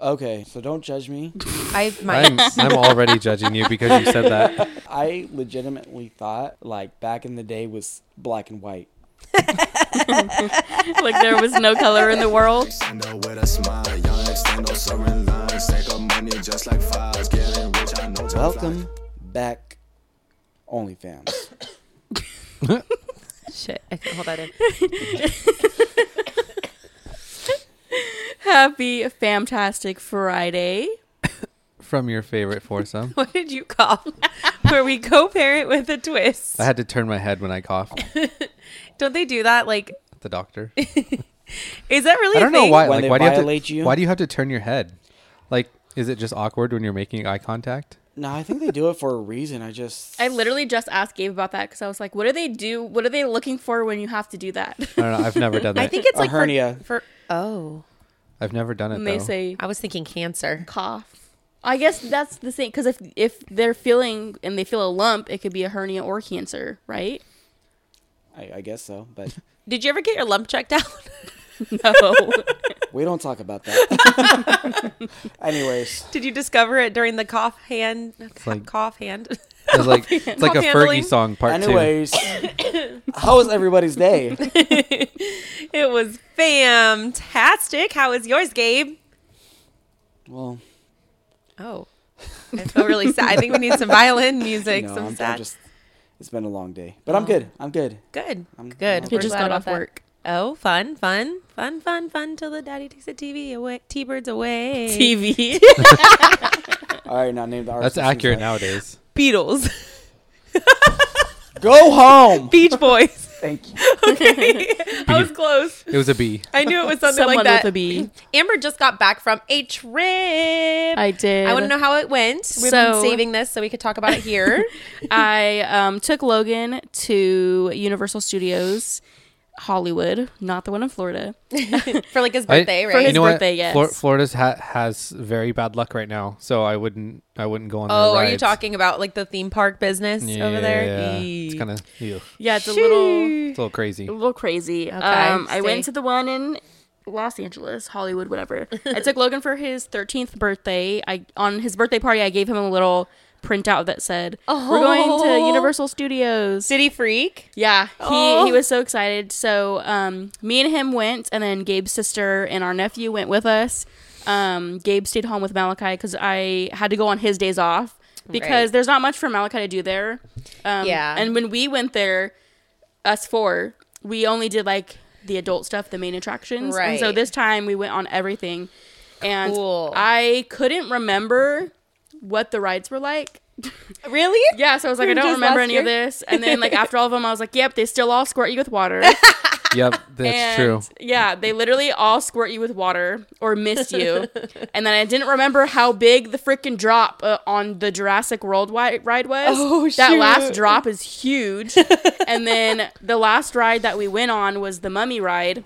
Okay, so don't judge me. I my I'm, I'm already judging you because you said that. I legitimately thought like back in the day was black and white. like there was no color in the world. Stand up with a smile, young extend those soaring lines. Take up money just like files, getting rich. I know. time flies. Welcome back, OnlyFans. shit. I can hold that in. Happy Fantastic Friday. From your favorite foursome. What did you call? Where we co-pair it with a twist. I had to turn my head when I coughed at Don't they do that? Like, the doctor. Is that really I a don't know thing? why. When like, they why do you, have violate to, you? why do you have to turn your head? Like, is it just awkward when you're making eye contact? no, I think they do it for a reason. I just I literally just asked Gabe about that because I was like, what do they do? What are they looking for when you have to do that? I don't know. I've never done that. I think it's A like for- hernia. For, oh, I've never done it. When they though. say I was thinking cancer. cough. I guess that's the thing because if if they're feeling and they feel a lump, it could be a hernia or cancer, right? I, I guess so, but Did you ever get your lump checked out? No. we don't talk about that. Anyways, did you discover it during the cough hand? like- cough hand. it's like it's like a Cough Fergie handling. song part anyways, how was everybody's day? it was fantastic. How was yours, Gabe? Well, Oh, I feel really sad. I think we need some violin music. no, some I'm, sad. I'm just. It's been a long day, but I'm good. I'm good. good. I'm- good. I'm He We're just glad got about off that. work. Oh, fun, fun, fun, fun, fun till the daddy takes the TV away, T birds away. TV. All right, now name the two. artist. That's accurate nowadays. Beatles, Go home. Beach Boys. Thank you. I was close. It was a B. I knew it was something Someone like that. with a B. Amber just got back from a trip. I did. I want to know how it went. We've So- been saving this so we could talk about it here. I um, took Logan to Universal Studios Hollywood, not the one in Florida. for like his I- birthday, For right? you his know what? birthday, yes. Flor- Florida's ha- has very bad luck right now, so I wouldn't. I wouldn't go on. oh, their are you rides. talking about like the theme park business over there? Yeah, it's kind of it's Yeah, it's a little a little crazy. a little crazy. um, I see. went to the one in Los Angeles, Hollywood, whatever. I took Logan for his 13th birthday. I on his birthday party, I gave him a little printout that said, "We're going to Oh. Universal Studios." City Freak. Yeah, he, Oh. he was so excited. So um, me and him went, and then Gabe's sister and our nephew went with us. Um, Gabe stayed home with Malachi because I had to go on his days off because Right. there's not much for Malachi to do there. Um, Yeah. and when we went there, us four, we only did like the adult stuff, the main attractions. And so Right. this time we went on everything, and Cool. I couldn't remember what the rides were like. Really? Yeah, so I was like, I don't Just remember last any of year? this. And then like after all of them, I was like, yep, they still all squirt you with water. yep, that's And, true. Yeah, they literally all squirt you with water or mist you. and then I didn't remember how big the freaking drop uh, on the Jurassic World wi- ride was. Oh, That shoot. last drop is huge. and then the last ride that we went on was the Mummy ride.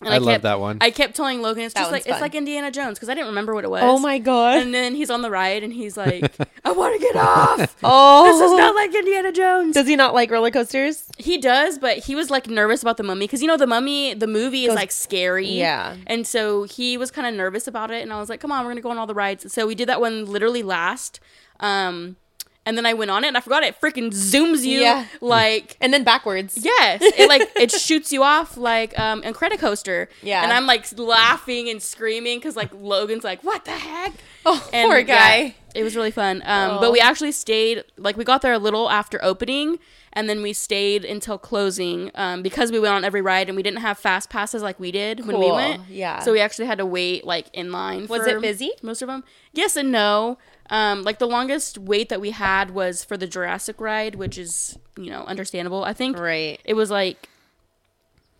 And I love kept- that one. I kept telling Logan, it's just one's like it's fun. like Indiana Jones because I didn't remember what it was. Oh my god. And then he's on the ride and he's like, I want to get off. Oh, This is not like Indiana Jones. Does he not like roller coasters? He does, but he was like nervous about the mummy because you know the mummy, the movie is like scary. Yeah. and so he was kind of nervous about it, and I was like, "Come on, we're gonna go on all the rides." So we did that one literally last, um, and then I went on it, and I forgot it freaking zooms you Yeah. like. And then backwards. Yes, it like it shoots you off like um in credit coaster. Yeah. and I'm like laughing and screaming because like Logan's like, "What the heck?" Oh, And, poor yeah, guy. it was really fun. Um, Oh. But we actually stayed, like, we got there a little after opening, and then we stayed until closing um, because we went on every ride and we didn't have fast passes like we did when we Cool. went. Yeah. So we actually had to wait, like, in line. Was for it busy? Most of them. Yes and no. Um, like, the longest wait that we had was for the Jurassic ride, which is, you know, understandable. I think Right. it was like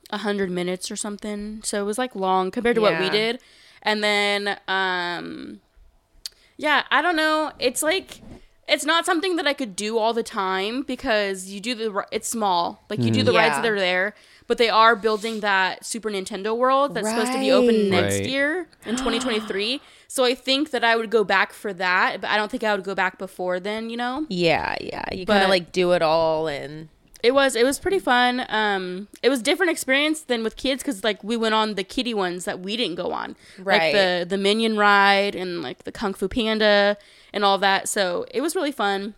a hundred minutes or something. So it was like long compared to what we Yeah. did. And then um Yeah, I don't know. It's like it's not something that I could do all the time because you do the ri- it's small. Like you do the rides Yeah. that are there, but they are building that Super Nintendo World that's supposed to be open Right. next Right. year in 2023. So I think that I would go back for that, but I don't think I would go back before then, you know. Yeah, yeah. You kind But- of like do it all and It was it was pretty fun. Um, it was different experience than with kids because like we went on the kiddie ones that we didn't go on, Right. Like the the Minion ride and like the Kung Fu Panda and all that. So it was really fun.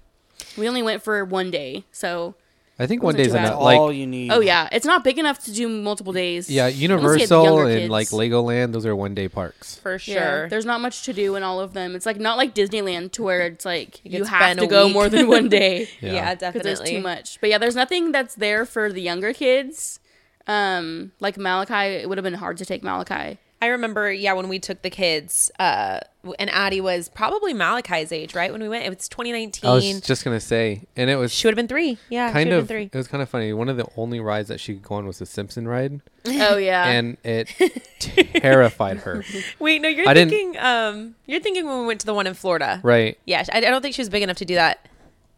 We only went for one day, so I think one Wasn't day's too bad. enough. That's Like all you need. oh yeah, it's not big enough to do multiple days. yeah, Unless you had younger Universal and kids. like Legoland, those are one day parks. for Yeah, sure. there's not much to do in all of them. It's like not like Disneyland to where it's like You you, could have spend to a go week. more than one day. yeah, Yeah. because definitely. there's too much. But yeah, there's nothing that's there for the younger kids. Um, like Malachi, it would have been hard to take Malachi. I remember, yeah, when we took the kids, uh, and Addie was probably Malachi's age, right? When we went, it was 2019. I was just gonna say, and it was she would have been three. Yeah, kind of she would have it been three. was kind of funny. One of the only rides that she could go on was the Simpson ride, Oh Uh. yeah, and it terrified her. Wait, no, you're I didn't- thinking. Um, you're thinking when we went to the one in Florida, Right. Yeah, I, I don't think she was big enough to do that.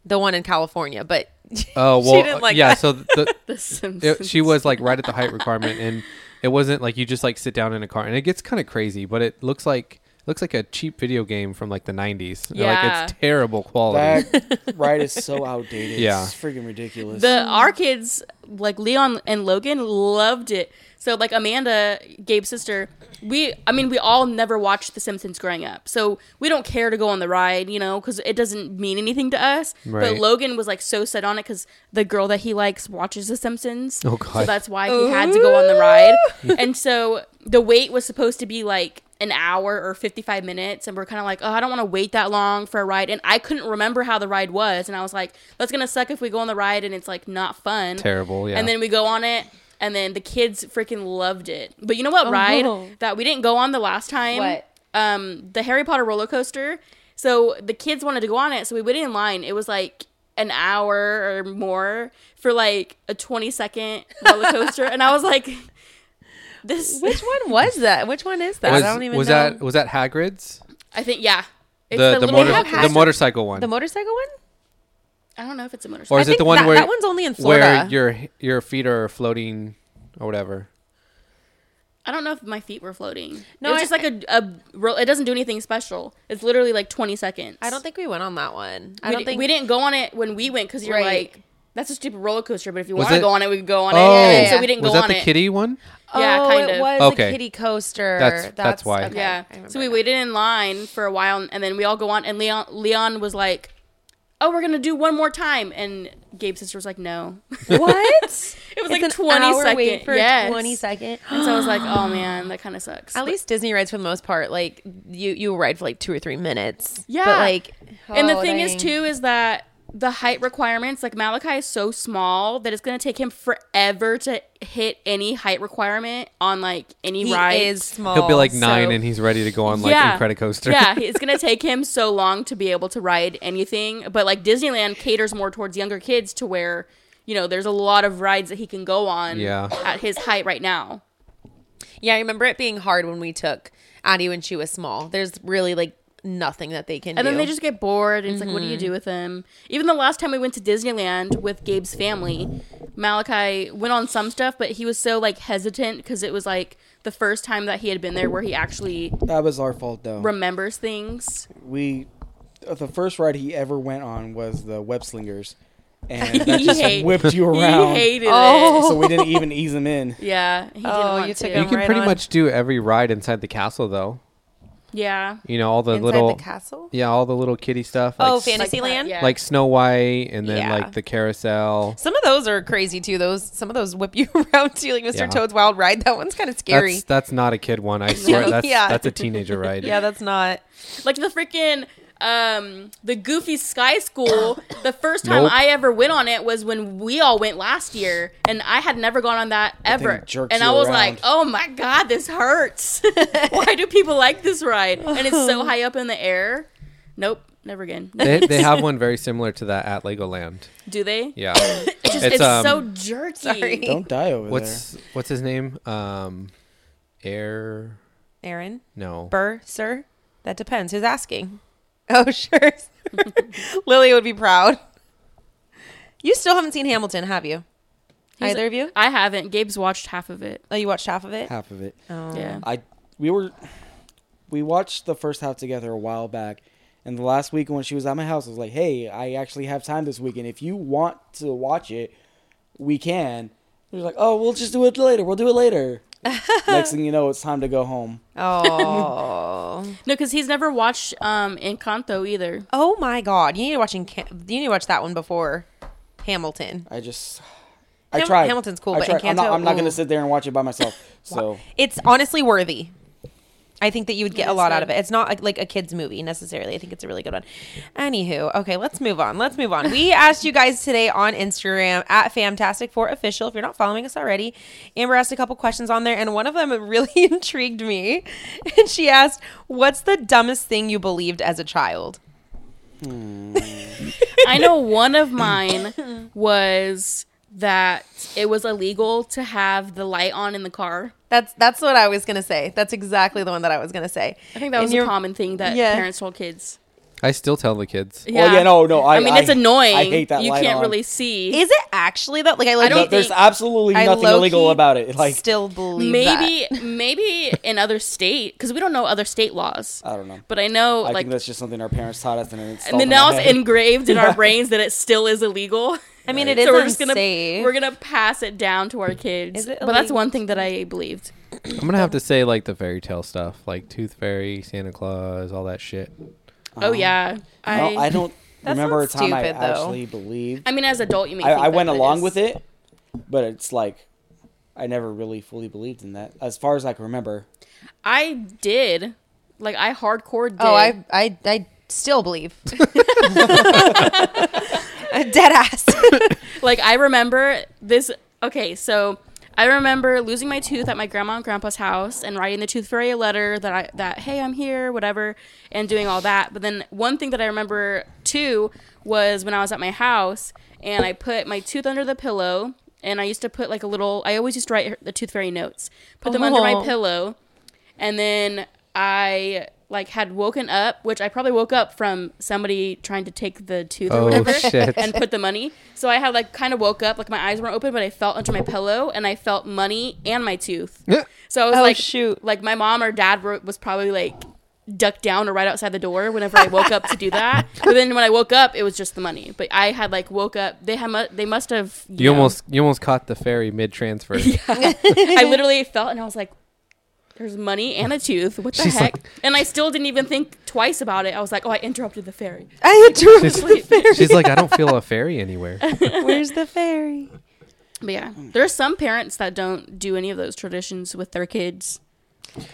The one in California, but Oh well, didn't uh, like yeah. that. So the, The Simpsons. it, she was like right at the height requirement, and it wasn't like you just like sit down in a car, and it gets kind of crazy, but it looks like looks like a cheap video game from like the '90s. Yeah. Like it's terrible quality. That ride is so outdated. Yeah. It's freaking ridiculous. the our kids like Leon and Logan loved it. So like Amanda, Gabe's sister, we I mean we all never watched The Simpsons growing up, so we don't care to go on the ride, you know, because it doesn't mean anything to us. Right. But Logan was like so set on it because the girl that he likes watches The Simpsons. So Oh, God. that's why he had to go on the ride. and so the wait was supposed to be like an hour or 55 minutes and we're kind of like oh i don't want to wait that long for a ride and i couldn't remember how the ride was and i was like that's gonna suck if we go on the ride and it's like not fun Terrible, yeah. and then we go on it and then the kids freaking loved it but you know what ride that we didn't go on the last time Oh, What? um the harry potter roller coaster so the kids wanted to go on it so we waited in line it was like an hour or more for like a 20 second roller coaster and i was like this which one was that? Which one is that? was, I don't even was know. that was that Hagrid's I think yeah. It's the the, little- motor, have the Hagrid- motorcycle one the motorcycle one? I don't know if it's a motorcycle. or is I it the think one that- where that one's only in Florida. where your your feet are floating or whatever? I don't know if my feet were floating. No, No, it's I- just like a, a ro- it doesn't do anything special. It's literally like 20 seconds. I don't think we went on that one. we I don't di- think we didn't go on it when we went cuz you're Right. like that's a stupid roller coaster, but if you Was want to it- go on it, we could go on it. oh, And so we didn't was go that on the it. kitty one? Yeah, oh, kind it of. was Okay. the kitty coaster. That's- that's why. okay, Yeah. I remember So we now. waited in line for a while, and then we all go on. And Leon, Leon was like, "Oh, we're gonna do one more time." And Gabe's sister was like, "No." What? it was like 20 second. for Yes. twenty second. and so I was like, "Oh man, that kind of sucks." At least Disney rides, for the most part, like you you ride for like two or three minutes. Yeah. but like, and the oh, thing is dang. too is that the height requirements like malachi is so small that it's going to take him forever to hit any height requirement on like any he ride is small. He'll be like nine Oh, so- and he's ready to go on like Incredicoaster. yeah, it's gonna take him so long to be able to ride anything. But like Disneyland caters more towards younger kids to where, you know, there's a lot of rides that he can go on Yeah. at his height right now. Yeah, I remember it being hard when we took Addie when she was small. There's really like nothing that they can And do. then they just get bored, and it's like, what do Mm-hmm. you do with them? Even the last time we went to Disneyland with Gabe's family, Malachi went on some stuff, but he was so like hesitant because it was like the first time that he had been there where he actually that was our fault though. remembers things. we uh, the first ride he ever went on was the web slingers and that He just hate- whipped you around Oh. He hated it. so we didn't even ease him in Yeah, he didn't Oh, want you took to. him You can right pretty on. much do every ride inside the castle, though. yeah. You know all the Inside little the castle? Yeah, all the little kitty stuff. Like, oh, s- Fantasyland. yeah. like Snow White, and then Yeah. like the carousel. Some of those are crazy too. Those some of those whip you around too, like Mr. Yeah. Toad's Wild Ride. That one's kind of scary. That's that's not a kid one. I swear. That's Yeah. that's a teenager ride. yeah, that's not. like the freaking um the goofy sky school the first time Nope. i ever went on it was when we all went last year and i had never gone on that ever jerks and i you was around. like oh my god this hurts why do people like this ride and it's so high up in the air nope never again They, they have one very similar to that at Legoland. do they Yeah. it's, just, It's, it's, um, so jerky Sorry. don't die over what's what's his name? Um, Air. Aaron No. Burr, sir. That depends. Who's asking? Oh, sure. Lily would be proud. You still haven't seen Hamilton, have you? He's- Either of you? I haven't. Gabe's watched half of it. Oh, you watched half of it? Oh. half of it. Uh, Yeah. I we were we watched the first half together a while back, and the last week when she was at my house, I was like, "Hey, I actually have time this weekend. If you want to watch it, we can." She was like, "Oh, we'll just do it later. We'll do it later." Next thing you know, it's time to go home. Oh. No, because he's never watched um Encanto either. oh my God. You need to watch, Enca- you need to watch that one before Hamilton. I just. I Ham- tried. Hamilton's cool, I but tried. I'm not, Encanto, I'm not ooh. gonna sit there and watch it by myself. So It's honestly worthy. I think that you would get a it's lot out good. of it. It's not like, like a kid's movie necessarily. I think it's a really good one. Anywho, okay, let's move on. Let's move on. We asked you guys today on Instagram at Famtastic4Official if you're not following us already. Amber asked a couple questions on there, and one of them really intrigued me. And she asked, What's the dumbest thing you believed as a child? I know one of mine was that it was illegal to have the light on in the car. That's that's what I was gonna say. That's exactly the one that I was gonna say. I think that was a common thing that Yeah. parents told kids. I still tell the kids. Well, Oh, yeah, no, no, I- mean, I- it's annoying. I hate that You light can't on. really see. Is it actually that like I like No, there's think- absolutely I nothing low-key illegal about it. Like still believe that. maybe maybe in other state because we don't know other state laws. I don't know. But I know Uh, I like think that's just something our parents taught us, and it's and then now it's engraved in our brains that it still is illegal. I mean, it is so we're just gonna unsafe. we're gonna pass it down to our kids. Is it but that's illegal? one thing that I believed. I'm gonna have to say like the fairy tale stuff, like Tooth Fairy, Santa Claus, all that shit. oh yeah, I No, I don't That's remember a not time I stupid, though. actually believed. I mean, as adult, you may. I, think I that, went but along it's- with it, but it's like I never really fully believed in that, as far as I can remember. I did, like I hardcore did. Oh, I, I, I still believe. I'm dead ass. like I remember this. Okay, so I remember losing my tooth at my grandma and grandpa's house and writing the tooth fairy a letter that I that hey I'm here whatever and doing all that. But then one thing that I remember too was when I was at my house and I put my tooth under the pillow and I used to put like a little. I always used to write her- the tooth fairy notes, put them under my Oh. pillow, and then I. Like had woken up, which I probably woke up from somebody trying to take the tooth or Oh, whatever, shit. and put the money. So I had like kind of woke up, like my eyes weren't open, but I felt under my pillow and I felt money and my tooth. So I was Oh, like, shoot. Like my mom or dad were, was probably like ducked down or right outside the door whenever I woke up to do that. But then when I woke up, it was just the money. But I had like woke up. They had mu- they must have. You know, almost you almost caught the fairy mid transfer. I literally felt and I was like. There's money and a tooth. What the She's heck? like- and I still didn't even think twice about it. I was like, "Oh, I interrupted the fairy." I interrupted She's, she's like, I don't feel a fairy anywhere. Where's the fairy? But yeah, there are some parents that don't do any of those traditions with their kids.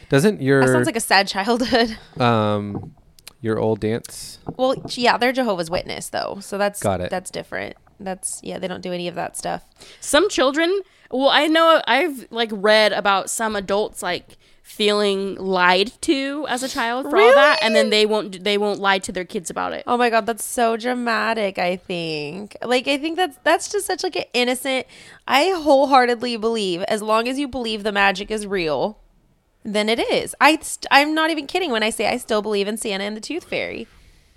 Doesn't your That sounds like a sad childhood. um your old dance? Well, yeah, they're Jehovah's Witness though, so that's Got it. That's different. That's yeah, they don't do any of that stuff. some children well i know i've like read about some adults like feeling lied to as a child for all that and then they won't they won't lie to their kids about it Oh my god, that's so dramatic, I think. Like I think that's that's just such like an innocent I wholeheartedly believe as long as you believe the magic is real, then it is. I st- I'm not even kidding when I say I still believe in Santa and the Tooth Fairy.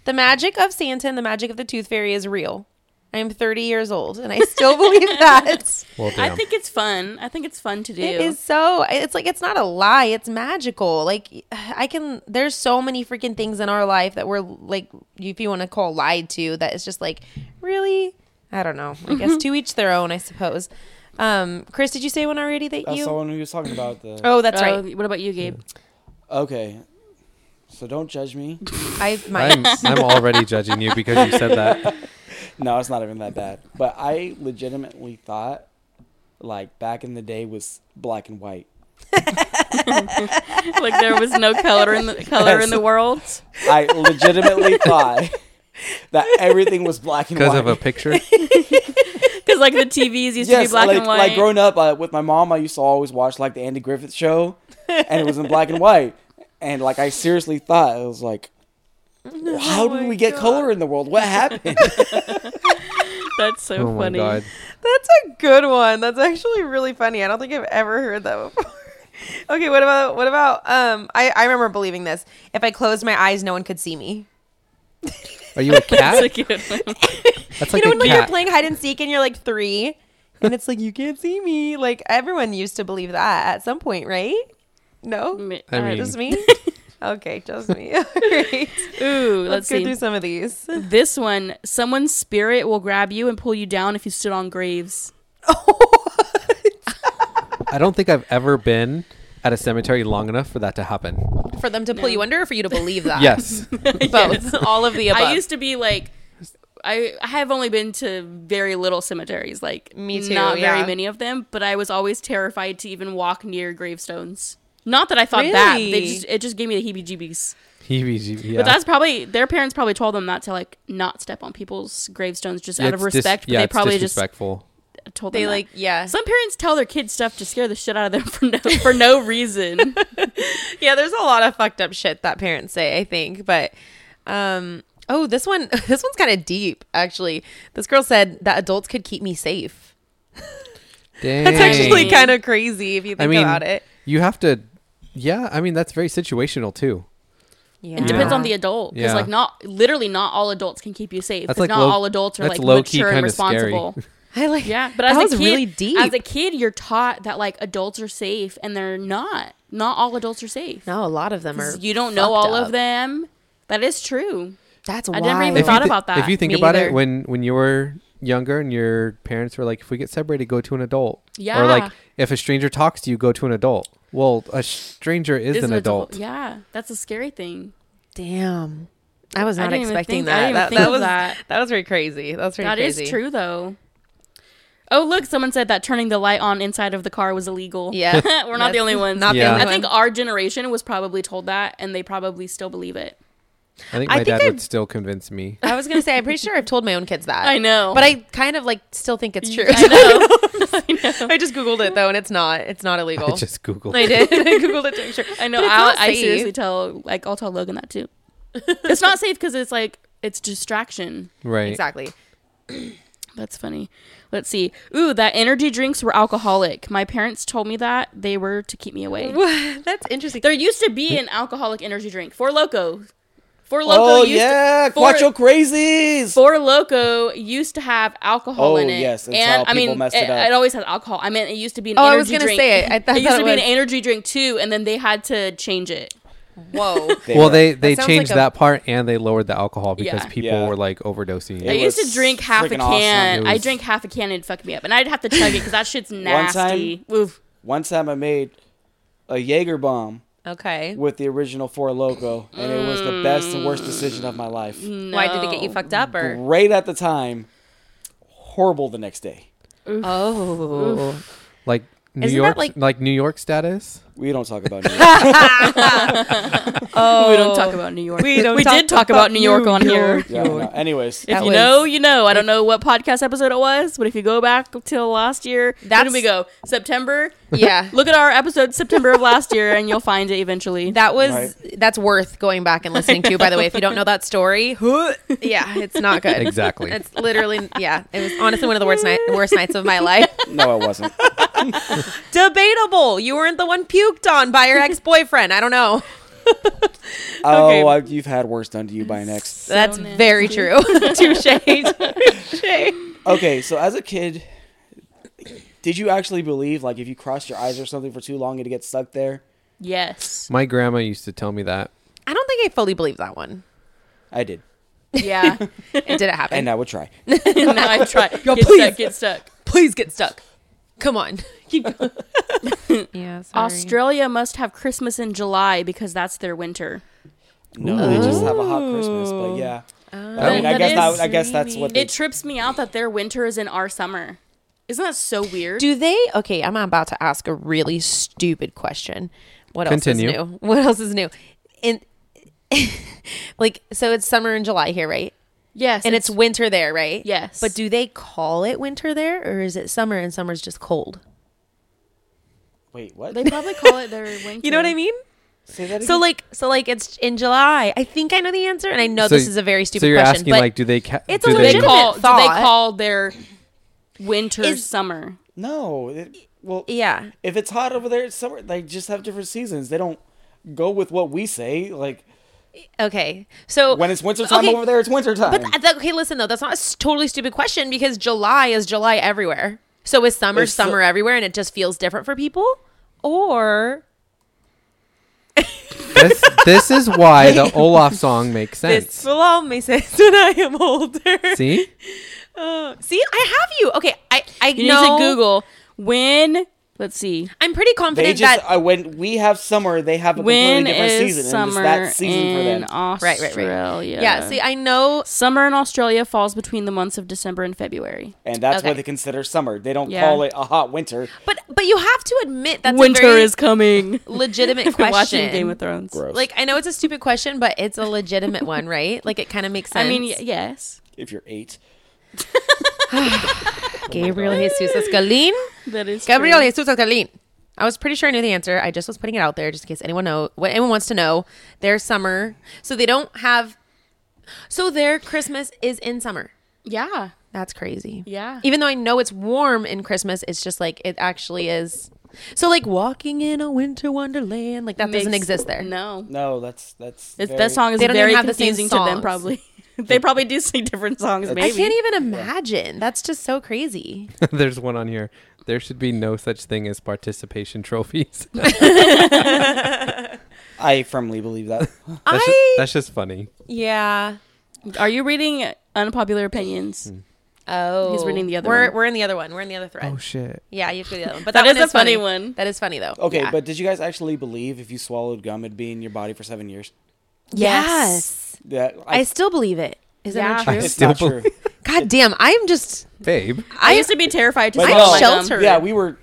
The magic of Santa and the magic of the Tooth Fairy is real. I'm 30 years old and I still believe that. Well i damn. think it's fun i think it's fun to do It is so. It's like it's not a lie. It's magical. Like I can. There's so many freaking things in our life that we're like, if you want to call lied to, that it's just like, really. I don't know. I guess to each their own. I suppose. Um, Chris, did you say one already that That's you? the one who was talking about the. Oh, that's Oh, right. what about you gabe Okay, so don't judge me. I I'm, might. I'm already judging you because you said that. No, it's not even that bad. But I legitimately thought, like back in the day, was black and white. like there was no color in the color in the world I legitimately thought that everything was black and white Because of a picture. because like the tvs used to be black like, and white Like growing up uh, with my mom, I used to always watch like the Andy Griffith show, and it was in black and white. And like I seriously thought it was like, how did we get color in the world? What happened? that's so Oh my funny god. That's a good one. That's actually really funny. I don't think I've ever heard that before. okay, what about what about um I, I remember believing this. If I closed my eyes, no one could see me. Are you a cat? That's a good one. That's you like a know when like, you're cat. playing hide and seek and you're like three, and it's like you can't see me. Like everyone used to believe that at some point, right? No, Me- I All right, mean- just me. okay, just me. All right. Ooh, let's, Let's go see. through some of these. This one, someone's spirit will grab you and pull you down if you stood on graves. I don't think I've ever been at a cemetery long enough for that to happen. for them to pull you under, or for you to believe that. Yes. both, all of the above. I used to be like, I I have only been to very little cemeteries, like Me too, not yeah. very many of them. But I was always terrified to even walk near gravestones. Not that I thought that but they Really? just it just gave me the heebie-jeebies. Heebie-jeebie, yeah. But that's probably their parents probably told them not to like not step on people's gravestones just out of It's dis- respect. but yeah, they it's probably just disrespectful. told them They that. like yeah. Some parents tell their kids stuff to scare the shit out of them for no for no reason. yeah, there's a lot of fucked up shit that parents say, I think. But um oh, this one this one's kind of deep actually. This girl said that adults could keep me safe. Dang. That's actually Dang. kind of crazy if you think I mean, about it. you have to. Yeah, I mean that's very situational too. Yeah. It depends on the adult because Yeah. like not literally not all adults can keep you safe. That's Because like not low- all adults are that's like low-key mature and kinda scary. responsible. I like yeah, but that as was a kid, really deep. as a kid, you're taught that like adults are safe, and they're not. Not all adults are safe. no, a lot of them are. you don't know fucked all up. of them. That is true. That's I wild. never even If you thought thi- about that. If you think Me about either. it, when when you were younger and your parents were like, "If we get separated, go to an adult," Yeah. or like, "If a stranger talks to you, go to an adult." Well, a stranger is, Is an adult. Yeah, that's a scary thing. Damn. I was I not didn't even expecting think- I that. didn't That, think that of was that. that. was very crazy. That was very That is crazy. true though. Oh look, someone said that turning the light on inside of the car was illegal. Yeah. We're not the only ones. Not Yeah. the only I one. think our generation was probably told that, and they probably still believe it. I think I my think dad I- would still convince me. I was gonna say I'm pretty sure I've told my own kids that. I know. but I kind of like still think it's true. I know. I know. I just googled it though, and it's not. It's not illegal. I just googled. I did. I googled it to make sure. I know. But it's I'll, not I safe. seriously tell like I'll tell Logan that too. it's not safe because it's like it's distraction. Right. Exactly. That's funny. Let's see. Ooh, that energy drinks were alcoholic. My parents told me that they were to keep me away. That's interesting. There used to be an alcoholic energy drink. Four Loco. Four Loco. Oh used yeah, to, Four- Quattro Crazies. Four Loco used to have alcohol Oh, in it. yes, that's and how I mean, people messed it up. always had alcohol. I meant it used to be an Oh, I energy was gonna drink. say it. I thought- it used thought to it be an was- energy drink too, and then they had to change it. Whoa. Well, they That they sounds changed like a- that part and they lowered the alcohol because Yeah. people Yeah. were like overdosing. I It used to was drink half a freaking awesome. can. It I was- drank half a can and it'd fuck me up, and I'd have to chug it because that shit's One time- nasty. Oof. One time I made a Jaeger bomb okay. with the original Four Loco, and it was the best and worst decision of my life. Mm, Why did it get you fucked up? Or Great at the time, horrible the next day. oh, Like New Isn't that York, like- like-, New York status. We don't talk about it. Oh, we don't talk about New York. We don't We talk did talk about about New York New on here. York. yeah, no. Anyways, If That you was- know, you know. I don't know what podcast episode it was, but if you go back till last year, that's, That's- when did we go? September. yeah. Look at our episode September of last year, and you'll find it eventually. That was Right. that's worth going back and listening to. By the way, if you don't know that story, yeah, it's not good. Exactly. It's literally yeah. It was honestly one of the worst night worst nights of my life. no, it wasn't. Debatable. You weren't the one puked on by your ex boyfriend. I don't know. Oh, I, you've had worse done to you by an ex. That's nasty. very true. Touche. Touche. Okay, so as a kid, did you actually believe like if you crossed your eyes or something for too long, it'd get stuck there? yes. My grandma used to tell me that. I don't think I fully believe that one. I did, Yeah. It didn't happen. and I would try. now I try. Yo, get please. stuck. Get stuck. Please get stuck. Come on. Keep going. yeah. Australia must have Christmas in July because that's their winter. No, they just have a hot Christmas, but yeah. I, mean, I That guess is that, I guess that's what they It trips me out that their winter is in our summer. Isn't that so weird? Do they? Okay, I'm about to ask a really stupid question. What Continue. else is new? What else is new? And like, so it's summer in July here, right? yes. And it's, winter there, right? Yes. But do they call it winter there, or is it summer and summer's just cold? wait. What? they probably call it their winter. You know what I mean? Say that So again? like, so like, it's in July. I think I know the answer, and I know So- Oh, this is a very stupid So you're question. asking but like, do they? Ca- It's do a They legitimate call, do they thought. call their winter Is- summer? no. It, well, yeah, if it's hot over there, it's summer. They just have different seasons. They don't go with what we say. Like Okay, so When it's winter time okay, over there, it's winter time. But th- that- okay, listen though, that's not a s- totally stupid question because July is July everywhere. So is summer It's so- summer everywhere, and it just feels different for people. Or This, this is why the Olaf song makes this sense. will all make sense when I am older. See? Uh, see, I have you. Okay, I I You know. need to Google when. Let's see. I'm pretty they confident just that uh, when we have summer, they have a When completely different is season, summer and it's that season for in them. right, Australia? right, right. Yeah. See, I know. summer in Australia falls between the months of December and February. and that's okay. what they consider summer. They don't Yeah. call it a hot winter. But but you have to admit that's Winter a very is coming. legitimate We're question. Watching Game of Thrones. Gross. Like I know it's a stupid question, but it's a legitimate one, right? Like it kind of makes sense. I mean, y- yes, if you're eight, Gabriel Jesus Escalin. that is Gabriel true. Jesus Escalin. I was pretty sure I knew the answer. I just was putting it out there just in case anyone know what anyone wants to know. Their summer, so they don't have. So their Christmas is in summer. Yeah, That's crazy. Yeah. Even though I know it's warm in Christmas, it's just like it actually is. So like walking in a winter wonderland, like that doesn't Makes- exist there. No, no, that's that's It's, very- that song is They don't even very have the same confusing to them. songs. Probably, they probably do sing different songs. Maybe. I can't even imagine. That's just so crazy. There's one on here. There should be no such thing as participation trophies. that's, I firmly believe that. just, I that's just funny. yeah. e- Are you reading unpopular Hmm. opinions? Oh, He's reading the other We're one. we're in the other one. We're in the other Oh, thread. shit. Yeah, you have to do the other one. But That that, is one a funny one. That is funny though. Okay, Yeah. but did you guys actually believe if you swallowed gum, it'd be in your body for seven years? yes, That I, I, still believe it. Is that Yeah. not true? it's not still true. believe- God damn, I'm just Babe. I, used to be terrified to But swallow no. my gum. Shelter. Yeah, we were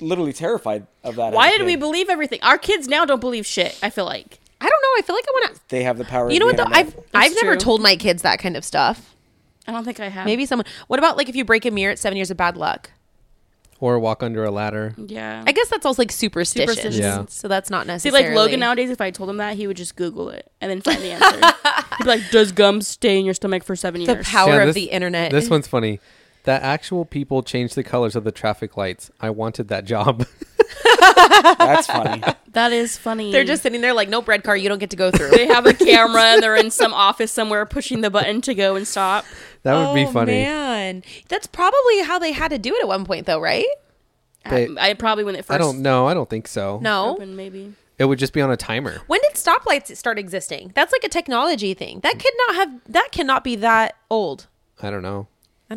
literally terrified of that. Why as a did we kid. believe everything? Our kids now don't believe shit. I feel like I don't know. I feel like I want They have the power. to. You know of what the though? I've internet. I've That's never true. told my kids that kind of stuff. I don't think I have. Maybe someone. What about like if you break a mirror at seven years of bad luck? Or walk under a ladder. yeah. I guess that's also like superstition. Superstitions. Yeah. So that's not See, necessarily. like Logan nowadays, if I told him that, he would just Google it and then find the answer. He'd be like, "Does gum stay in your stomach for seven The years?" power Yeah, of this- the internet. This one's funny. That actual people change the colors of the traffic lights. I wanted that job. That's funny. that is funny. They're just sitting there like, no bread car, you don't get to go through. they have a camera and they're in some office somewhere pushing the button to go and stop. that would be funny. Oh, man, that's probably how they had to do it at one point, though, right? They- Um, I, I probably when it first I don't know. I don't think so. No. opened, maybe. It would just be on a timer. When did stoplights start existing? That's like a technology thing. That could not have. That cannot be that old. I don't know. I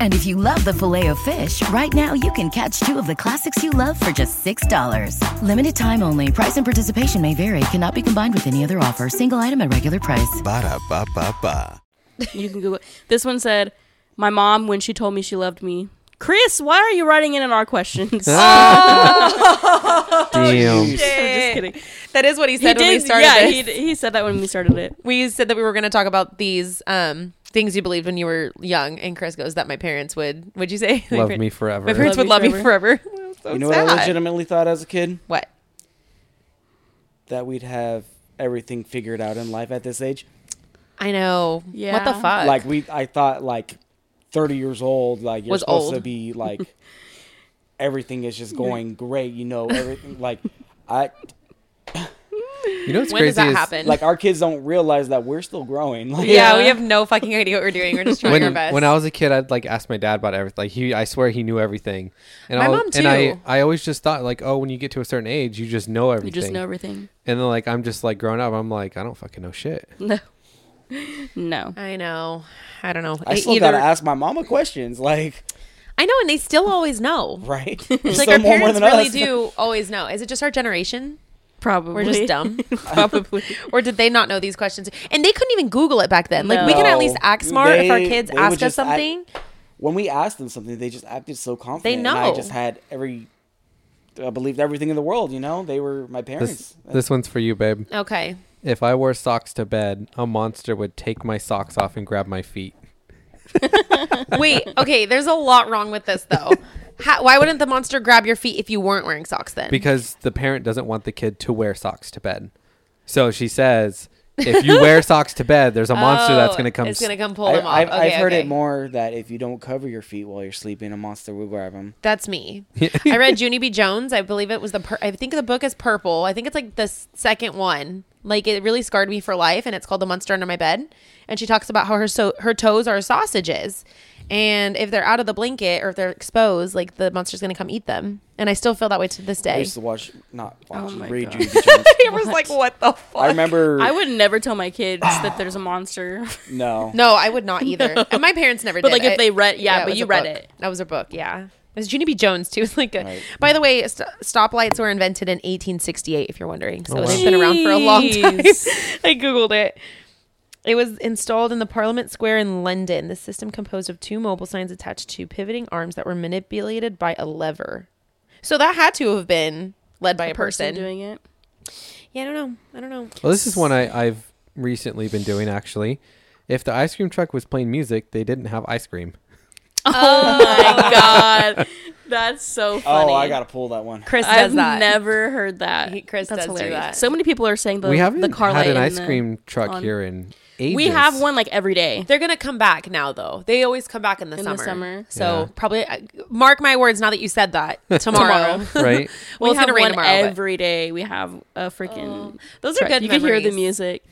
And if you love the filet of fish, right now you can catch two of the classics you love for just $6. Limited time only. Price and participation may vary. Cannot be combined with any other offer. Single item at regular price. Ba-da-ba-ba-ba. You can Google it. This one said, "My mom when she told me she loved me." Chris, why are you writing in on our questions? I'm Damn. just kidding. That is what Oh, he He said when we did. started. Yeah, this. he, d- he said that when we started it. we said that we were going to talk about these um, things you believed when you were young, and Chris goes that my parents would. Would you say My Love par- me forever. My parents Love would love me me forever. so You know sad. what I legitimately thought as a kid? What? That we'd have everything figured out in life at this age. I know. Yeah. What the fuck? Like we, I thought like thirty years old. Like you're Was supposed to old. be like everything is just going great. You know everything. Like I, You know what's when crazy does that is happen? like our kids don't realize that we're still growing. Like, yeah, Yeah. we have no fucking idea what we're doing. We're just trying our when, best. when I was a kid, I'd like ask my dad about everything. Like he, I swear he knew everything. And My I, mom, And I, too. I always just thought like, oh, when you get to a certain age, you just know everything. You just know everything. And then like I'm just like growing up, I'm like I don't fucking know shit. No, no. I know. I don't know. I still Either- gotta ask my mama questions. Like I know, and they still always know. right? It's like our parents really do always know. Is it just our generation? Probably. We're just dumb. Probably. Or did they not know these questions? And they couldn't even Google it back then. Like we can at least No. act smart if our They- kids they would ask us just act- something. When we asked them something, they just acted so confident. and know. I just had every, I believed everything in the world. You know, they were my parents. This, this one's for you, babe. okay. If I wore socks to bed, a monster would take my socks off and grab my feet. Wait. Okay. There's a lot wrong with this though. How, why wouldn't the monster grab your feet if you weren't wearing socks then? Because the parent doesn't want the kid to wear socks to bed. So she says, if you wear socks to bed, there's a monster that's Oh, going to come. It's s- gonna come pull I, them off. I've, I've Okay, heard okay. it more that if you don't cover your feet while you're sleeping, a monster will grab them. That's me. I read Junie B. Jones. I believe it was the. Pur- I think the book is purple. I think it's like the s- second one. Like it really scarred me for life, and it's called The Monster Under My Bed. And she talks about how her so her toes are sausages, and if they're out of the blanket or if they're exposed, like the monster's gonna come eat them. And I still feel that way to this I day. used to watch, not Oh watch, my read God. Judy Jones. It was like, what the fuck? I remember. I would never tell my kids that there's a monster. no. No, I would not either. And my parents never But, did. like, if I- they read- yeah, it but was you a read book. it. That was a book, yeah. It was Junie B. Jones too. It's like a. By the way, st- stoplights were invented in 1868. If you're wondering, so they've been around for a long time. I googled it. It was installed in the Parliament Square in London. The system composed of two mobile signs attached to pivoting arms that were manipulated by a lever. So that had to have been led by a, person. person doing it. yeah, I don't know. I don't know. Well, this is one I, I've recently been doing, actually. If the ice cream truck was playing music, they didn't have ice cream. Oh Oh My God, that's so funny. Oh, I gotta pull that one. Chris I've does that. never heard that. He- Chris That's does do that. So many people are saying the we haven't the car had light an and ice the- cream truck on- here in ages. We have one like every day. They're gonna come back now, though. They always come back in the In the summer. summer. so Yeah. probably uh, mark my words. Now that you said that, tomorrow. right? Well, it's gonna rain one tomorrow, but- Oh. every day. We have a freaking. those are good You can hear the memories. music.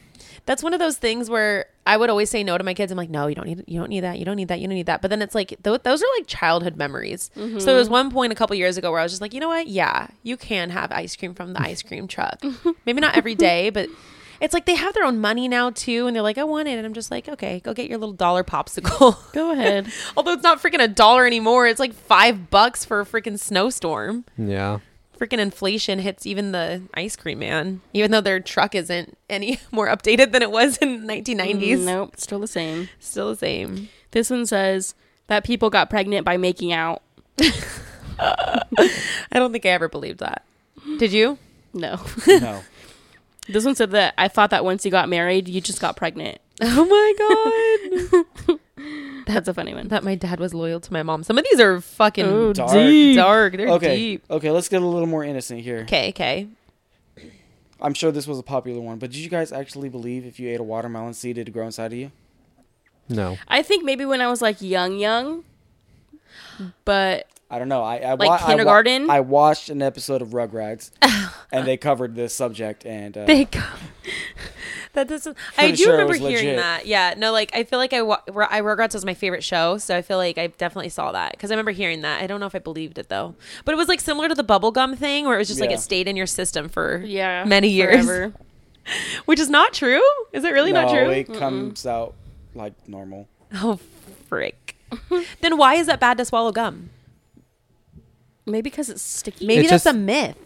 That's one of those things where I would always say no to my kids. I'm like, no, you don't need, you don't need that, you don't need that, you don't need that. But then it's like th- those are like childhood memories. So there Mm-hmm. was one point a couple years ago where I was just like, you know what? Yeah, you can have ice cream from the ice cream truck. Maybe not every day, but. It's like they have their own money now too, and they're like, "I want it," and I'm just like, "Okay, go get your little dollar popsicle." Go ahead. Although it's not freaking a dollar anymore. It's like five bucks for a freaking snowstorm. Yeah. Freaking inflation hits even the ice cream man, even though their truck isn't any more updated than it was in 1990s. nope, still the same. Still the same. This one says that people got pregnant by making out. I don't think I ever believed that. Did you? No. No. this one said that I thought that once you got married, you just got pregnant. Oh my god. That's a funny one. that my dad was loyal to my mom. Some of these are fucking Dark. deep. dark. They're Okay. deep. Okay. Let's get a little more innocent here. Okay, okay. I'm sure this was a popular one, but did you guys actually believe if you ate a watermelon seed, it'd grow inside of you? No. I think maybe when I was like young, young, but I don't know. I, I Like wa- I wa- kindergarten? I, watched an episode of Rugrats, Oh. and they covered this subject. And uh, They go. that doesn't. I Pretty do sure it remember was hearing legit. that. Yeah. No, like I feel like I, wa- Ru- I Rugrats was my favorite show, so I feel like I definitely saw that because I remember hearing that. I don't know if I believed it though, but it was like similar to the bubblegum thing where it was just like Yeah. it stayed in your system for yeah, many years, forever. which is not true. Is it really no, not true? it comes out like normal. Oh, frick. then why is that bad to swallow gum? Maybe because it's sticky. Maybe It's that's just- a myth.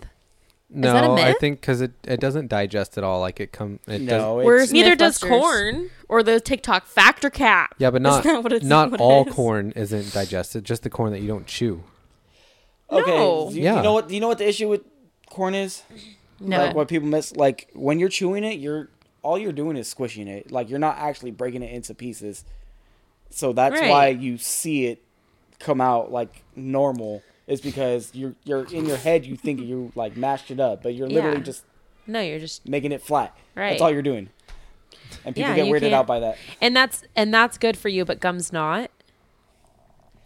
No, that a I myth? think because it, it doesn't digest at all. Like it come it No, doesn't. it's, Where's- Neither does Mythbusters. corn. or the TikTok factor cap. Yeah, but not That's not, what it's- what it all is. corn isn't digested. Just the corn that you don't chew. okay. No. You, Yeah. you know what? You know what the issue with corn is? No. Like what people miss. Like when you're chewing it, you're all you're doing is squishing it. Like you're not actually breaking it into pieces. So that's Right. why you see it come out like normal. Is because you're you're in your head you think you like mashed it up, but you're literally Yeah. just No, you're just making it flat. Right. That's all you're doing. And people Yeah, get you weirded can't- out by that. and that's and that's good for you, but gum's not.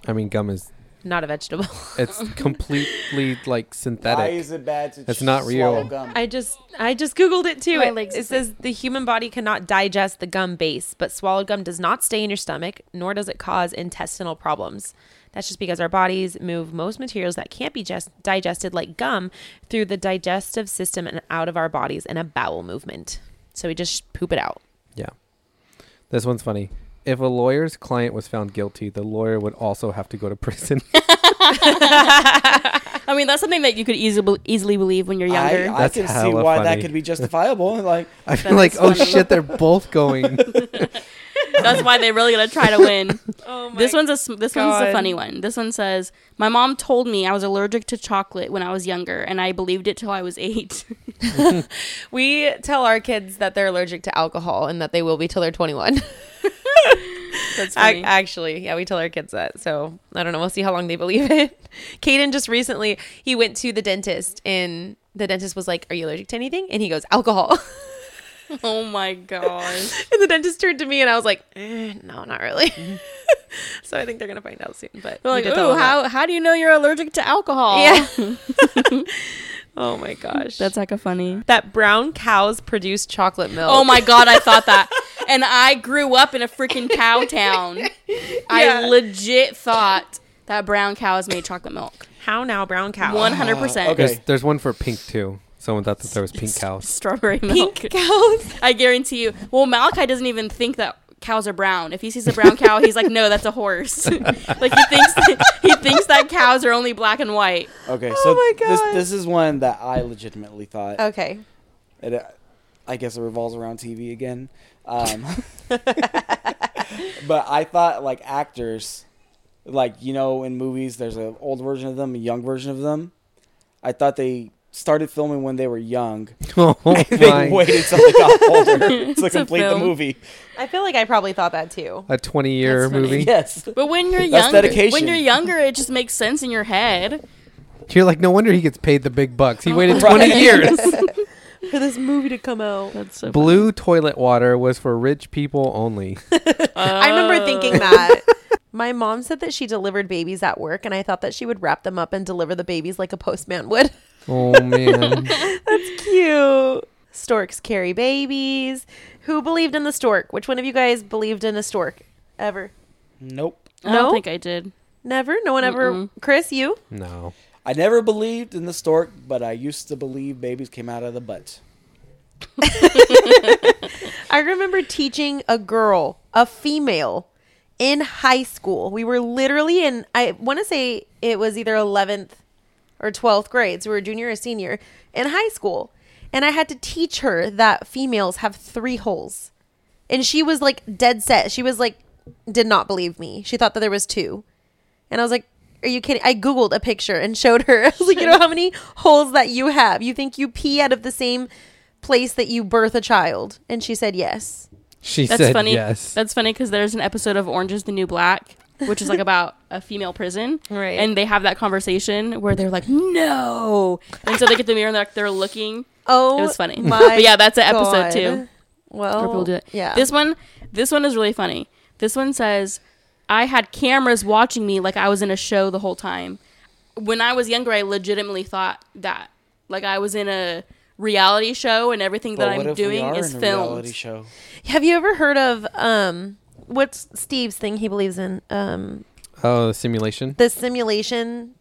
I mean, gum is Not a vegetable. it's completely like Why synthetic. is it bad to That's ch- not real. swallow gum? I just I just googled it too. My It, legs it are says the human body cannot digest the gum base, but swallowed gum does not stay in your stomach, nor does it cause intestinal problems. That's just because our bodies move most materials that can't be just digested, like gum, through the digestive system and out of our bodies in a bowel movement. So we just poop it out. Yeah. This one's funny. if a lawyer's client was found guilty, the lawyer would also have to go to prison. I mean, that's something that you could easily easily believe when you're I, younger. I That's can see hella why that funny. could be justifiable. Like, I feel like, oh shit, they're both going. that's why they're really gonna try to win. Oh my this one's a s- this one's a God. funny one. This one says, "My mom told me I was allergic to chocolate when I was younger, and I believed it till I was eight. We tell our kids that they're allergic to alcohol and that they will be till they're 21. that's Ac funny. actually, yeah, we tell our kids that. So I don't know. We'll see how long they believe it. Caden just recently he went to the dentist and the dentist was like, "Are you allergic to anything?" And he goes, "Alcohol." oh my gosh. and the dentist turned to me and I was like, eh, "No, not really." so I think they're gonna find out soon. But They're we like, did tell "Ooh, them that." how how do you know you're allergic to alcohol? Yeah. oh my gosh. that's like a funny. that brown cows produce chocolate milk. Oh my god, I thought that. And I grew up in a freaking cow town. I Yeah. legit thought that brown cows made chocolate milk. How now, brown cow? One hundred percent. okay. There's, there's one for pink too. Someone thought that there was pink cows. Strawberry milk. Pink cows. I guarantee you. Well, Malachi doesn't even think that cows are brown. If he sees a brown cow, he's like, "No, that's a horse." like he thinks he thinks that cows are only black and white. okay, so Oh my this God. this is one that I legitimately thought. Okay. It, uh, I guess it revolves around TV again. Um, but I thought like actors, like you know, in movies, there's an old version of them, a young version of them. I thought they started filming when they were young. Oh They my! waited till they got older to complete the film. movie. I feel like I probably thought that too. A 20 year That's funny. movie. Yes. But when you're That's younger, dedication. when you're younger, it just makes sense in your head. You're like, no wonder he gets paid the big bucks. He waited 20 years. For this movie to come out. That's so. Blue toilet water was for rich people only. I remember thinking that. My mom said that she delivered babies at work, and I thought that she would wrap them up and deliver the babies like a postman would. Oh man. Cute. Storks carry babies. Who believed in the stork? Which one of you guys believed in a stork? Ever? Nope. I don't No? think I did. Never? No one ever? Chris, you? No. I never believed in the stork, but I used to believe babies came out of the butt. I remember teaching a girl, a female, in high school. We were literally in, I want to say it was either 11th or 12th grades. we were junior or senior in high school. And I had to teach her that females have three holes. And she was like dead set. She was like, did not believe me. She thought that there was two. And I was like, are you kidding? I Googled a picture and showed her. I was like, you know how many holes that you have? You think you pee out of the same place that you birth a child? And she said, yes. She That's said funny. yes. That's funny because there's an episode of Orange is the New Black, which is like about a female prison. Right. And they have that conversation where they're like, no. And so they get the mirror and they're, like, they're looking. Oh, It was funny. My But yeah, that's an episode God. too. Well, Or people do it. Oh, Yeah. This one, this one is really funny. This one says, I had cameras watching me like I was in a show the whole time. When I was younger, I legitimately thought that. Like I was in a reality show and everything But that what I'm if we doing are is in a filmed. reality show? Have you ever heard of um what's Steve's thing he believes in? Um oh, the simulation. the simulation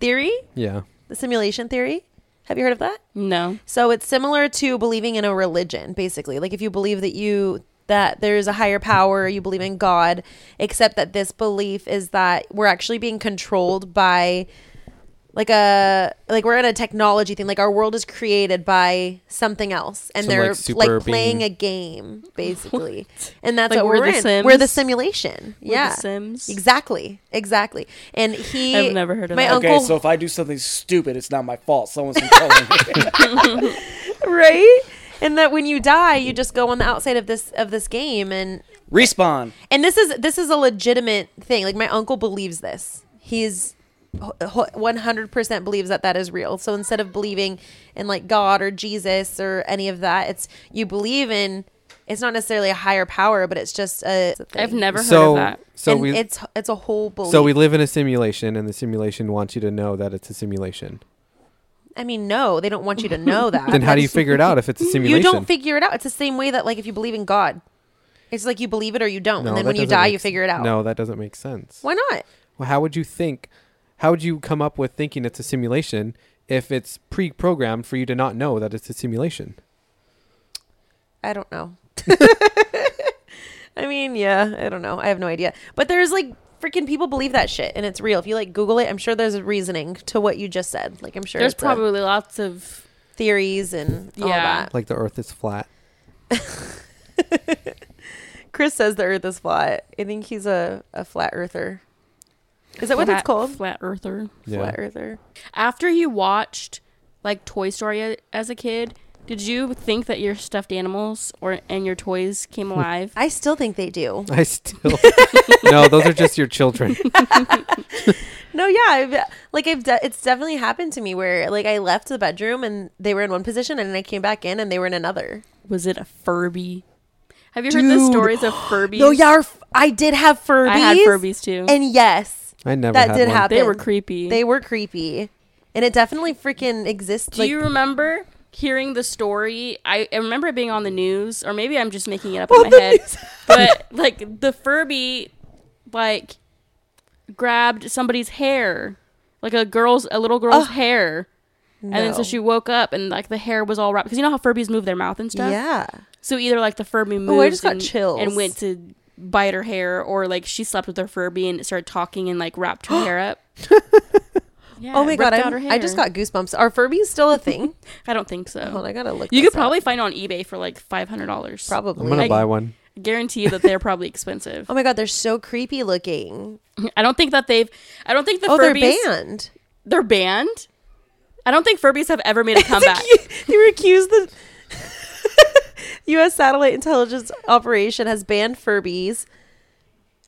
theory? Yeah. The simulation theory? Have you heard of that? No. So it's similar to believing in a religion, basically. Like if you believe that you that there's a higher power, you believe in God, except that this belief is that we're actually being controlled by like a like we're in a technology thing. Like our world is created by something else, and Some, they're like, super like, playing being- a game basically, and that's Like what we're we're, the in. Sims? We're the simulation. the yeah, Sims? Exactly, exactly. And he, I've never heard of my that. uncle. Okay, so if I do something stupid, it's not my fault. Someone's controlling me. right and that when you die you just go on the outside of this of this game and Respawn. and this is this is a legitimate thing like my uncle believes this he's ho- ho- 100% believes that that is real so instead of believing in like god or jesus or any of that it's you believe in it's not necessarily a higher power but it's just a it's a thing. I've never heard of So that. so and we it's it's a whole belief so we live in a simulation and the simulation wants you to know that it's a simulation. i mean no they don't want you to know that Then how do you That's- figure it out if it's a simulation? You don't figure it out. It's the same way that like if you believe in God, it's like you believe it or you don't, and then that when you doesn't die, make you s- figure it out. No, that doesn't make sense. why not? Well, how would you think? How would you come up with thinking it's a simulation if it's pre-programmed for you to not know that it's a simulation? I don't know. I mean, yeah, I don't know. I have no idea. But there's like freaking people believe that shit and it's real. If you like Google it, I'm sure there's a reasoning to what you just said. Like I'm sure There's it's a- probably lots of theories and all Yeah. that. Like the Earth is flat. Chris says the earth is flat. I think he's a, a flat earther. Is that what flat, it's called? flat earther. Flat earther. After you watched like Toy Story a- as a kid, did you think that your stuffed animals or and your toys came alive? I still think they do. I still no. Those are just your children. No, yeah, I've, like I've de- it's definitely happened to me where like I left the bedroom and they were in one position and then I came back in and they were in another. Was it a Furby? Have you heard the stories of Furbies? No, yeah, our f- I did have Furbies. I had Furbies too. And yes, I never. that had did one. happen. they were creepy. They were creepy, and it definitely freaking exists. Do like, you remember hearing the story? I, I remember it being on the news, or maybe I'm just making it up On in the my head. news. but like the Furby, like grabbed somebody's hair, like a girl's, a little girl's hair, and then so No. she woke up and like the hair was all wrapped because you know how Furbies move their mouth and stuff. Yeah. So either like the Furby moved Oh, I just got and, chills. and went to bite her hair, or like she slept with her Furby and started talking and like wrapped her hair up. Yeah, Oh my ripped god, out her I'm, I just hair. got goosebumps. Are Furbies still a thing? I don't think so. Hold on, Oh, I gotta look. You could this up. probably find it on eBay for like five hundred dollars. probably. I'm gonna Like- buy one. Guarantee you that they're probably expensive. oh my god, they're so creepy looking. I don't think that they've. I don't think the oh, Furbies. they're banned. They're banned. I don't think Furbies have ever made a comeback. they were accused that U.S. satellite intelligence operation has banned Furbies,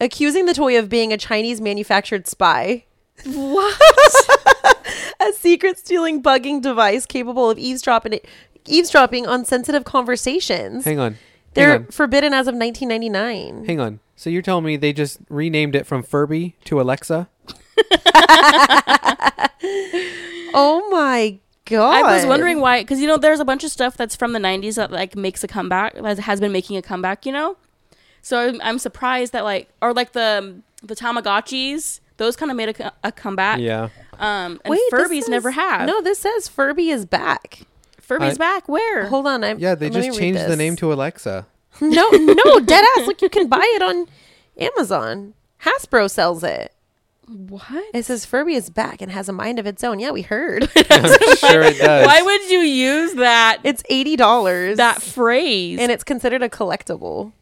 accusing the toy of being a Chinese manufactured spy. What? a secret stealing bugging device capable of eavesdropping eavesdropping on sensitive conversations. Hang on. They're Hang on. forbidden as of 1999. Hang on. So you're telling me they just renamed it from Furby to Alexa? Oh my god! I was wondering why, because you know, there's a bunch of stuff that's from the '90s that like makes a comeback, that has been making a comeback. You know, so I'm, I'm surprised that like, or like the the Tamagotchis, those kind of made a, co- a comeback. Yeah. Um, and Wait, this Furbies says- never have. No, No, this says Furby is back. Furbies I- back. Where? Hold on, I'm Yeah, they let me just read changed the this. name to Alexa. No, no, dead ass. Like you can buy it on Amazon. Hasbro sells it. What? It says Furby is back and has a mind of its own. Yeah, we heard. I'm sure it does. Why would you use that It's eighty dollars. that phrase? and it's considered a collectible.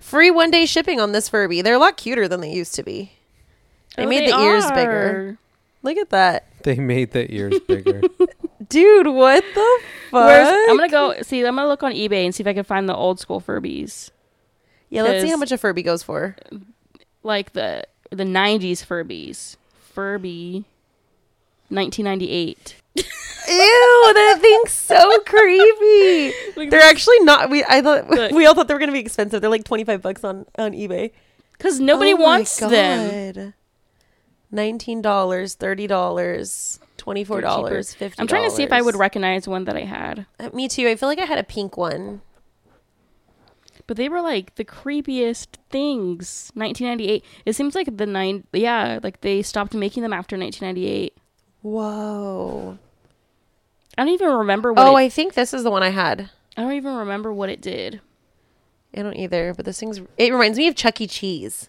Free one day shipping on this Furby. They're a lot cuter than they used to be. They Oh, made they the ears bigger. are. Look at that. they made the ears bigger? Dude, what the fuck? Where's- I'm gonna go see. I'm gonna look on eBay and see if I can find the old school Furbies, yeah, let's see how Because- much a Furby goes for. like the the '90s Furbies. Furby, 1998. Ew, that thing's so creepy. They're actually not. We I thought Look. we all thought they were gonna be expensive. They're like twenty five bucks on on eBay. Because nobody Oh my wants them. God. Nineteen dollars, thirty dollars, twenty four They're dollars, cheaper. fifty. I'm trying to see if I would recognize one that I had, Uh, Me too. I feel like I had a pink one. but they were like the creepiest things. 1998. It seems like the nine. Yeah, like they stopped making them after 1998. Whoa. I don't even remember what. Oh, it, I think this is the one I had. I don't even remember what it did. I don't either. But this thing's. It reminds me of Chuck E. Cheese.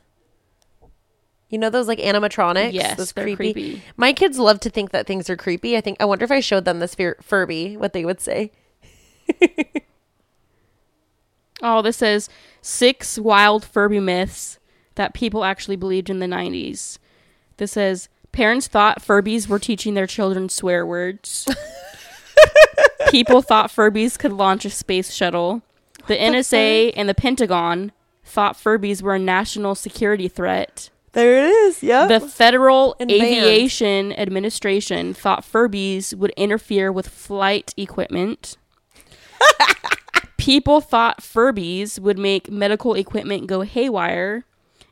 You know those like animatronics? Yes, those they're creepy. My kids love to think that things are creepy. I think I wonder if I showed them this fur- Furby, what they would say. Oh, this says six wild Furby myths that people actually believed in the 90s. This says parents thought Furbies were teaching their children swear words. people thought Furbies could launch a space shuttle. The NSA and the Pentagon thought Furbies were a national security threat. There it is. Yep. The Federal And banned. Aviation Administration thought Furbies would interfere with flight equipment. people thought Furbies would make medical equipment go haywire.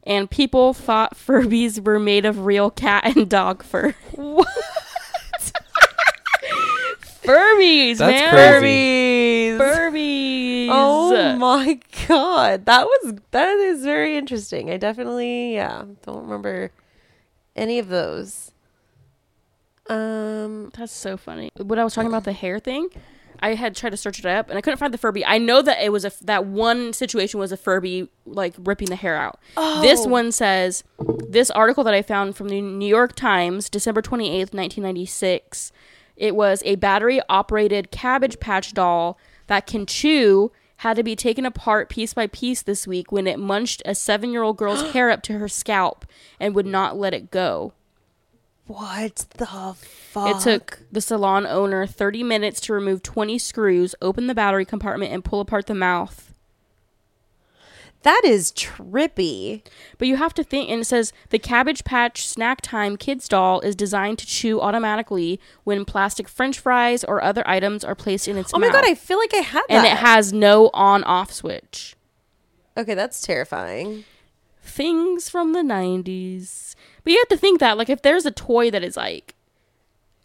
And people thought Furbies were made of real cat and dog fur. What? Furbies, That's man. crazy. Furbies. Oh my god, that was that is very interesting. I definitely yeah don't remember any of those. Um, That's so funny. What I was talking about the hair thing, I had tried to search it up and I couldn't find the Furby. I know that it was a that one situation was a Furby like ripping the hair out. This one says this article that I found from the New York Times, December 28th, 1996. It was a battery operated cabbage patch doll that can chew had to be taken apart piece by piece this week when it munched a 7-year-old girl's hair up to her scalp and would not let it go. What the fuck? It took the salon owner 30 minutes to remove 20 screws, open the battery compartment, and pull apart the mouth. That is trippy. But you have to think, and it says the Cabbage Patch Snack Time Kids doll is designed to chew automatically when plastic french fries or other items are placed in its Oh my mouth. god, I feel like I had that. And it has no on off switch. Okay, that's terrifying. Things from the 90s. But you have to think that, like, if there's a toy that is, like,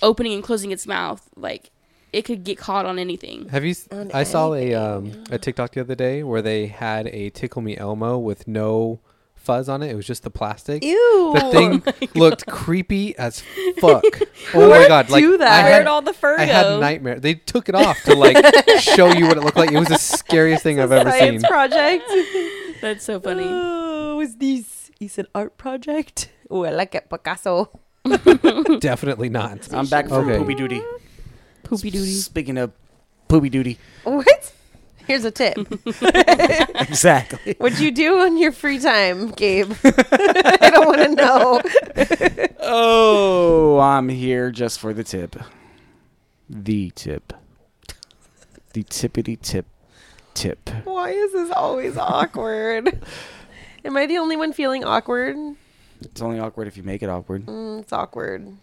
opening and closing its mouth, like, it could get caught on anything. Have you? s- I saw a um, a TikTok the other day where they had a Tickle Me Elmo with no fuzz on it. It was just the plastic. Ew. Oh The thing looked creepy as fuck. oh my Where'd god! Like do that? I Where'd had, all the fur I had go? nightmare. They took it off to like show you what it looked like. It was the scariest thing I've ever seen. Science project. That's so funny. oh, is this is an art project? Oh, I like it, Picasso. Definitely not. I'm back from Okay. poopy duty. Poopy duty. Speaking of poopy duty, What? Here's a tip. exactly. What you do in your free time, Gabe? I don't want to know. Oh, I'm here just for the tip. The tip. The tippity tip tip. Why is this always awkward? Am I the only one feeling awkward? It's only awkward if you make it awkward. Mm, It's awkward.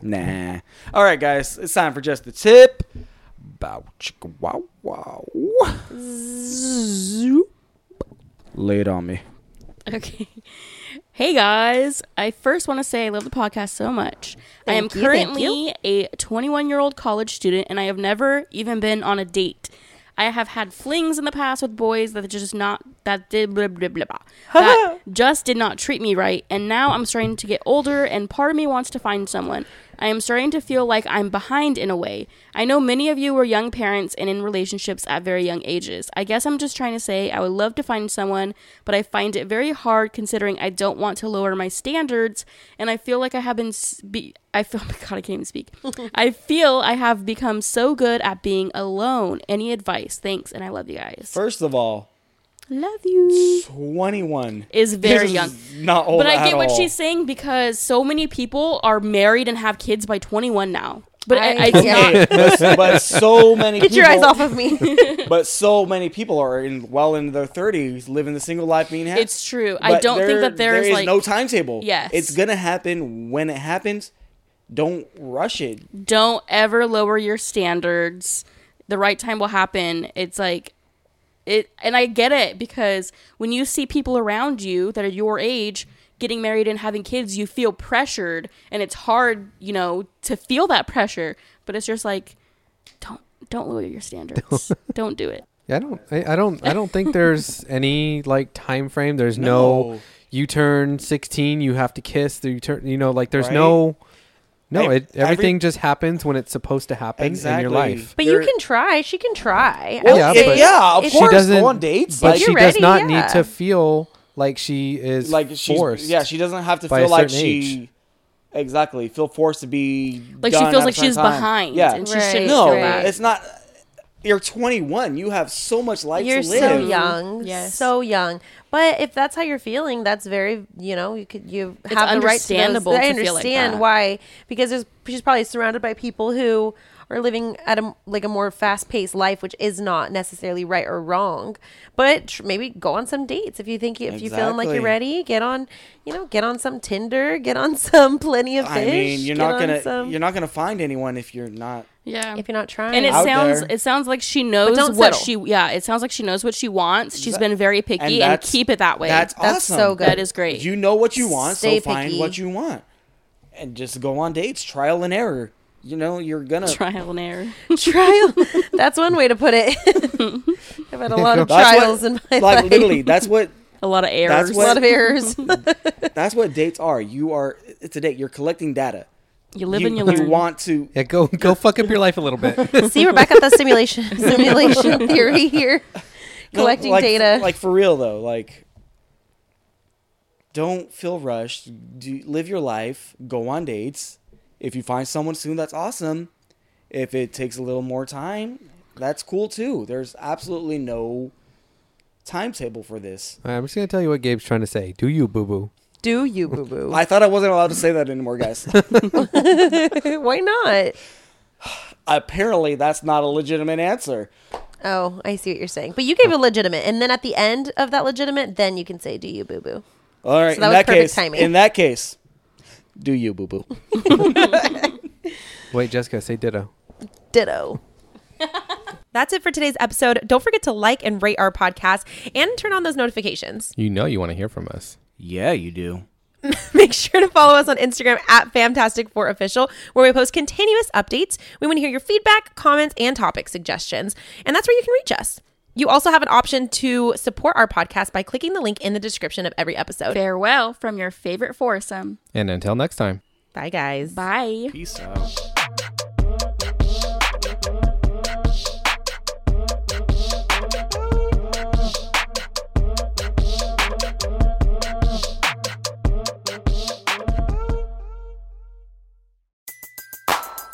Nah. All right, guys, it's time for just the tip. Bow chicka wow wow. Lay it on me. Okay. Hey guys, I first want to say I love the podcast so much. I am Thank you, thank currently a 21 year old college student and I have never even been on a date. I have had flings in the past with boys that just not that did blah blah blah, blah that just did not treat me right, and now I'm starting to get older, and part of me wants to find someone. I am starting to feel like I'm behind in a way. I know many of you were young parents and in relationships at very young ages. I guess I'm just trying to say I would love to find someone, but I find it very hard considering I don't want to lower my standards, and I feel like I have been. s- Be- I feel. my God, I can't even speak. I feel I have become so good at being alone. Any advice? Thanks, and I love you guys. First of all, love you. 21 Is very This young. Not old But I Oh, at get what all. she's saying because so many people are married and have kids by 21 now. But I, I- I, it's yeah. not. Hey, listen, but so many Get people, your eyes off of me. but so many people are in well into their 30s living the single life being happy. It's true. I don't think that there is, like- no timetable. Yes. It's going to happen when it happens. Don't rush it. Don't ever lower your standards. The right time will happen. It's like it and I get it because when you see people around you that are your age getting married and having kids, you feel pressured and it's hard, you know, to feel that pressure, but it's just like don't don't lower your standards. don't do it. Yeah, I don't. I, I don't. I don't think there's any like time frame. There's no. No. You turn 16, you have to kiss. You turn. You know, like there's no. No, Hey, it, everything every- just happens when it's supposed to happen in your Exactly. life. But There- you can try. She can try. Well, I yeah, would but- say- yeah, of if- course. she doesn't. go on dates, But like- she You're does ready, not yeah. need to feel like she is Like she's forced. yeah, she doesn't have to by feel a like certain she exactly feel forced to be Like she done feels at a like certain she's time. behind Yeah, and she Right, shouldn't no, feel that. it's not. You're 21. You have so much life You're to so live. young. Yes. So young. But if that's how you're feeling, that's very, you know, you could you have the right to those. understandable I to feel like understand that. why because there's she's probably surrounded by people who are living at a like a more fast-paced life which is not necessarily right or wrong. But tr- maybe go on some dates if you think if you're feeling like Exactly. you're ready, get on, you know, get on some Tinder, get on some plenty of fish. I mean, you're get not on gonna some- you're not gonna find anyone if you're not. yeah. if you're not trying. and it out sounds there. it sounds like she knows don't what settle. she yeah, it sounds like she knows what she wants. She's Exa- been very And picky and, that's- keep it that way. That's, That's awesome. so good. That is great. You know what you want, Stay so find picky. what you want, and just go on dates, trial and error. You know, you're gonna. trial and error. trial. That's one way to put it. I've had a lot of That's what- trials in my like life. literally, that's what a lot of errors. a lot what- of errors. that's what dates are. You are it's a date. You're collecting data. You live and you learn. want to. Yeah, go go fuck up your life a little bit. See, we're back at the simulation simulation theory here, No, collecting like- data. Like for real though, like don't feel rushed. Do live your life. Go on dates. If you find someone soon, that's awesome. If it takes a little more time, that's cool too. There's absolutely no timetable for this. All right, I'm just gonna tell you what Gabe's trying to say. Do you, boo boo? Do you boo boo? I thought I wasn't allowed to say that anymore, guys. Why not? Apparently, that's not a legitimate answer. Oh, I see what you're saying. But you gave a legitimate, and then at the end of that legitimate, then you can say, "Do you boo boo?" All right, So that in was that perfect case, timing. in that case, do you boo boo? Wait, Jessica, say ditto. Ditto. That's it for today's episode. Don't forget to like and rate our podcast and turn on those notifications. You know you want to hear from us. Yeah, you do. Make sure to follow us on Instagram at Fantastic4Official, where we post continuous updates. We want to hear your feedback, comments, and topic suggestions. And that's where you can reach us. You also have an option to support our podcast by clicking the link in the description of every episode. Farewell from your favorite foursome. And until next time. Bye, guys. Bye. Peace out.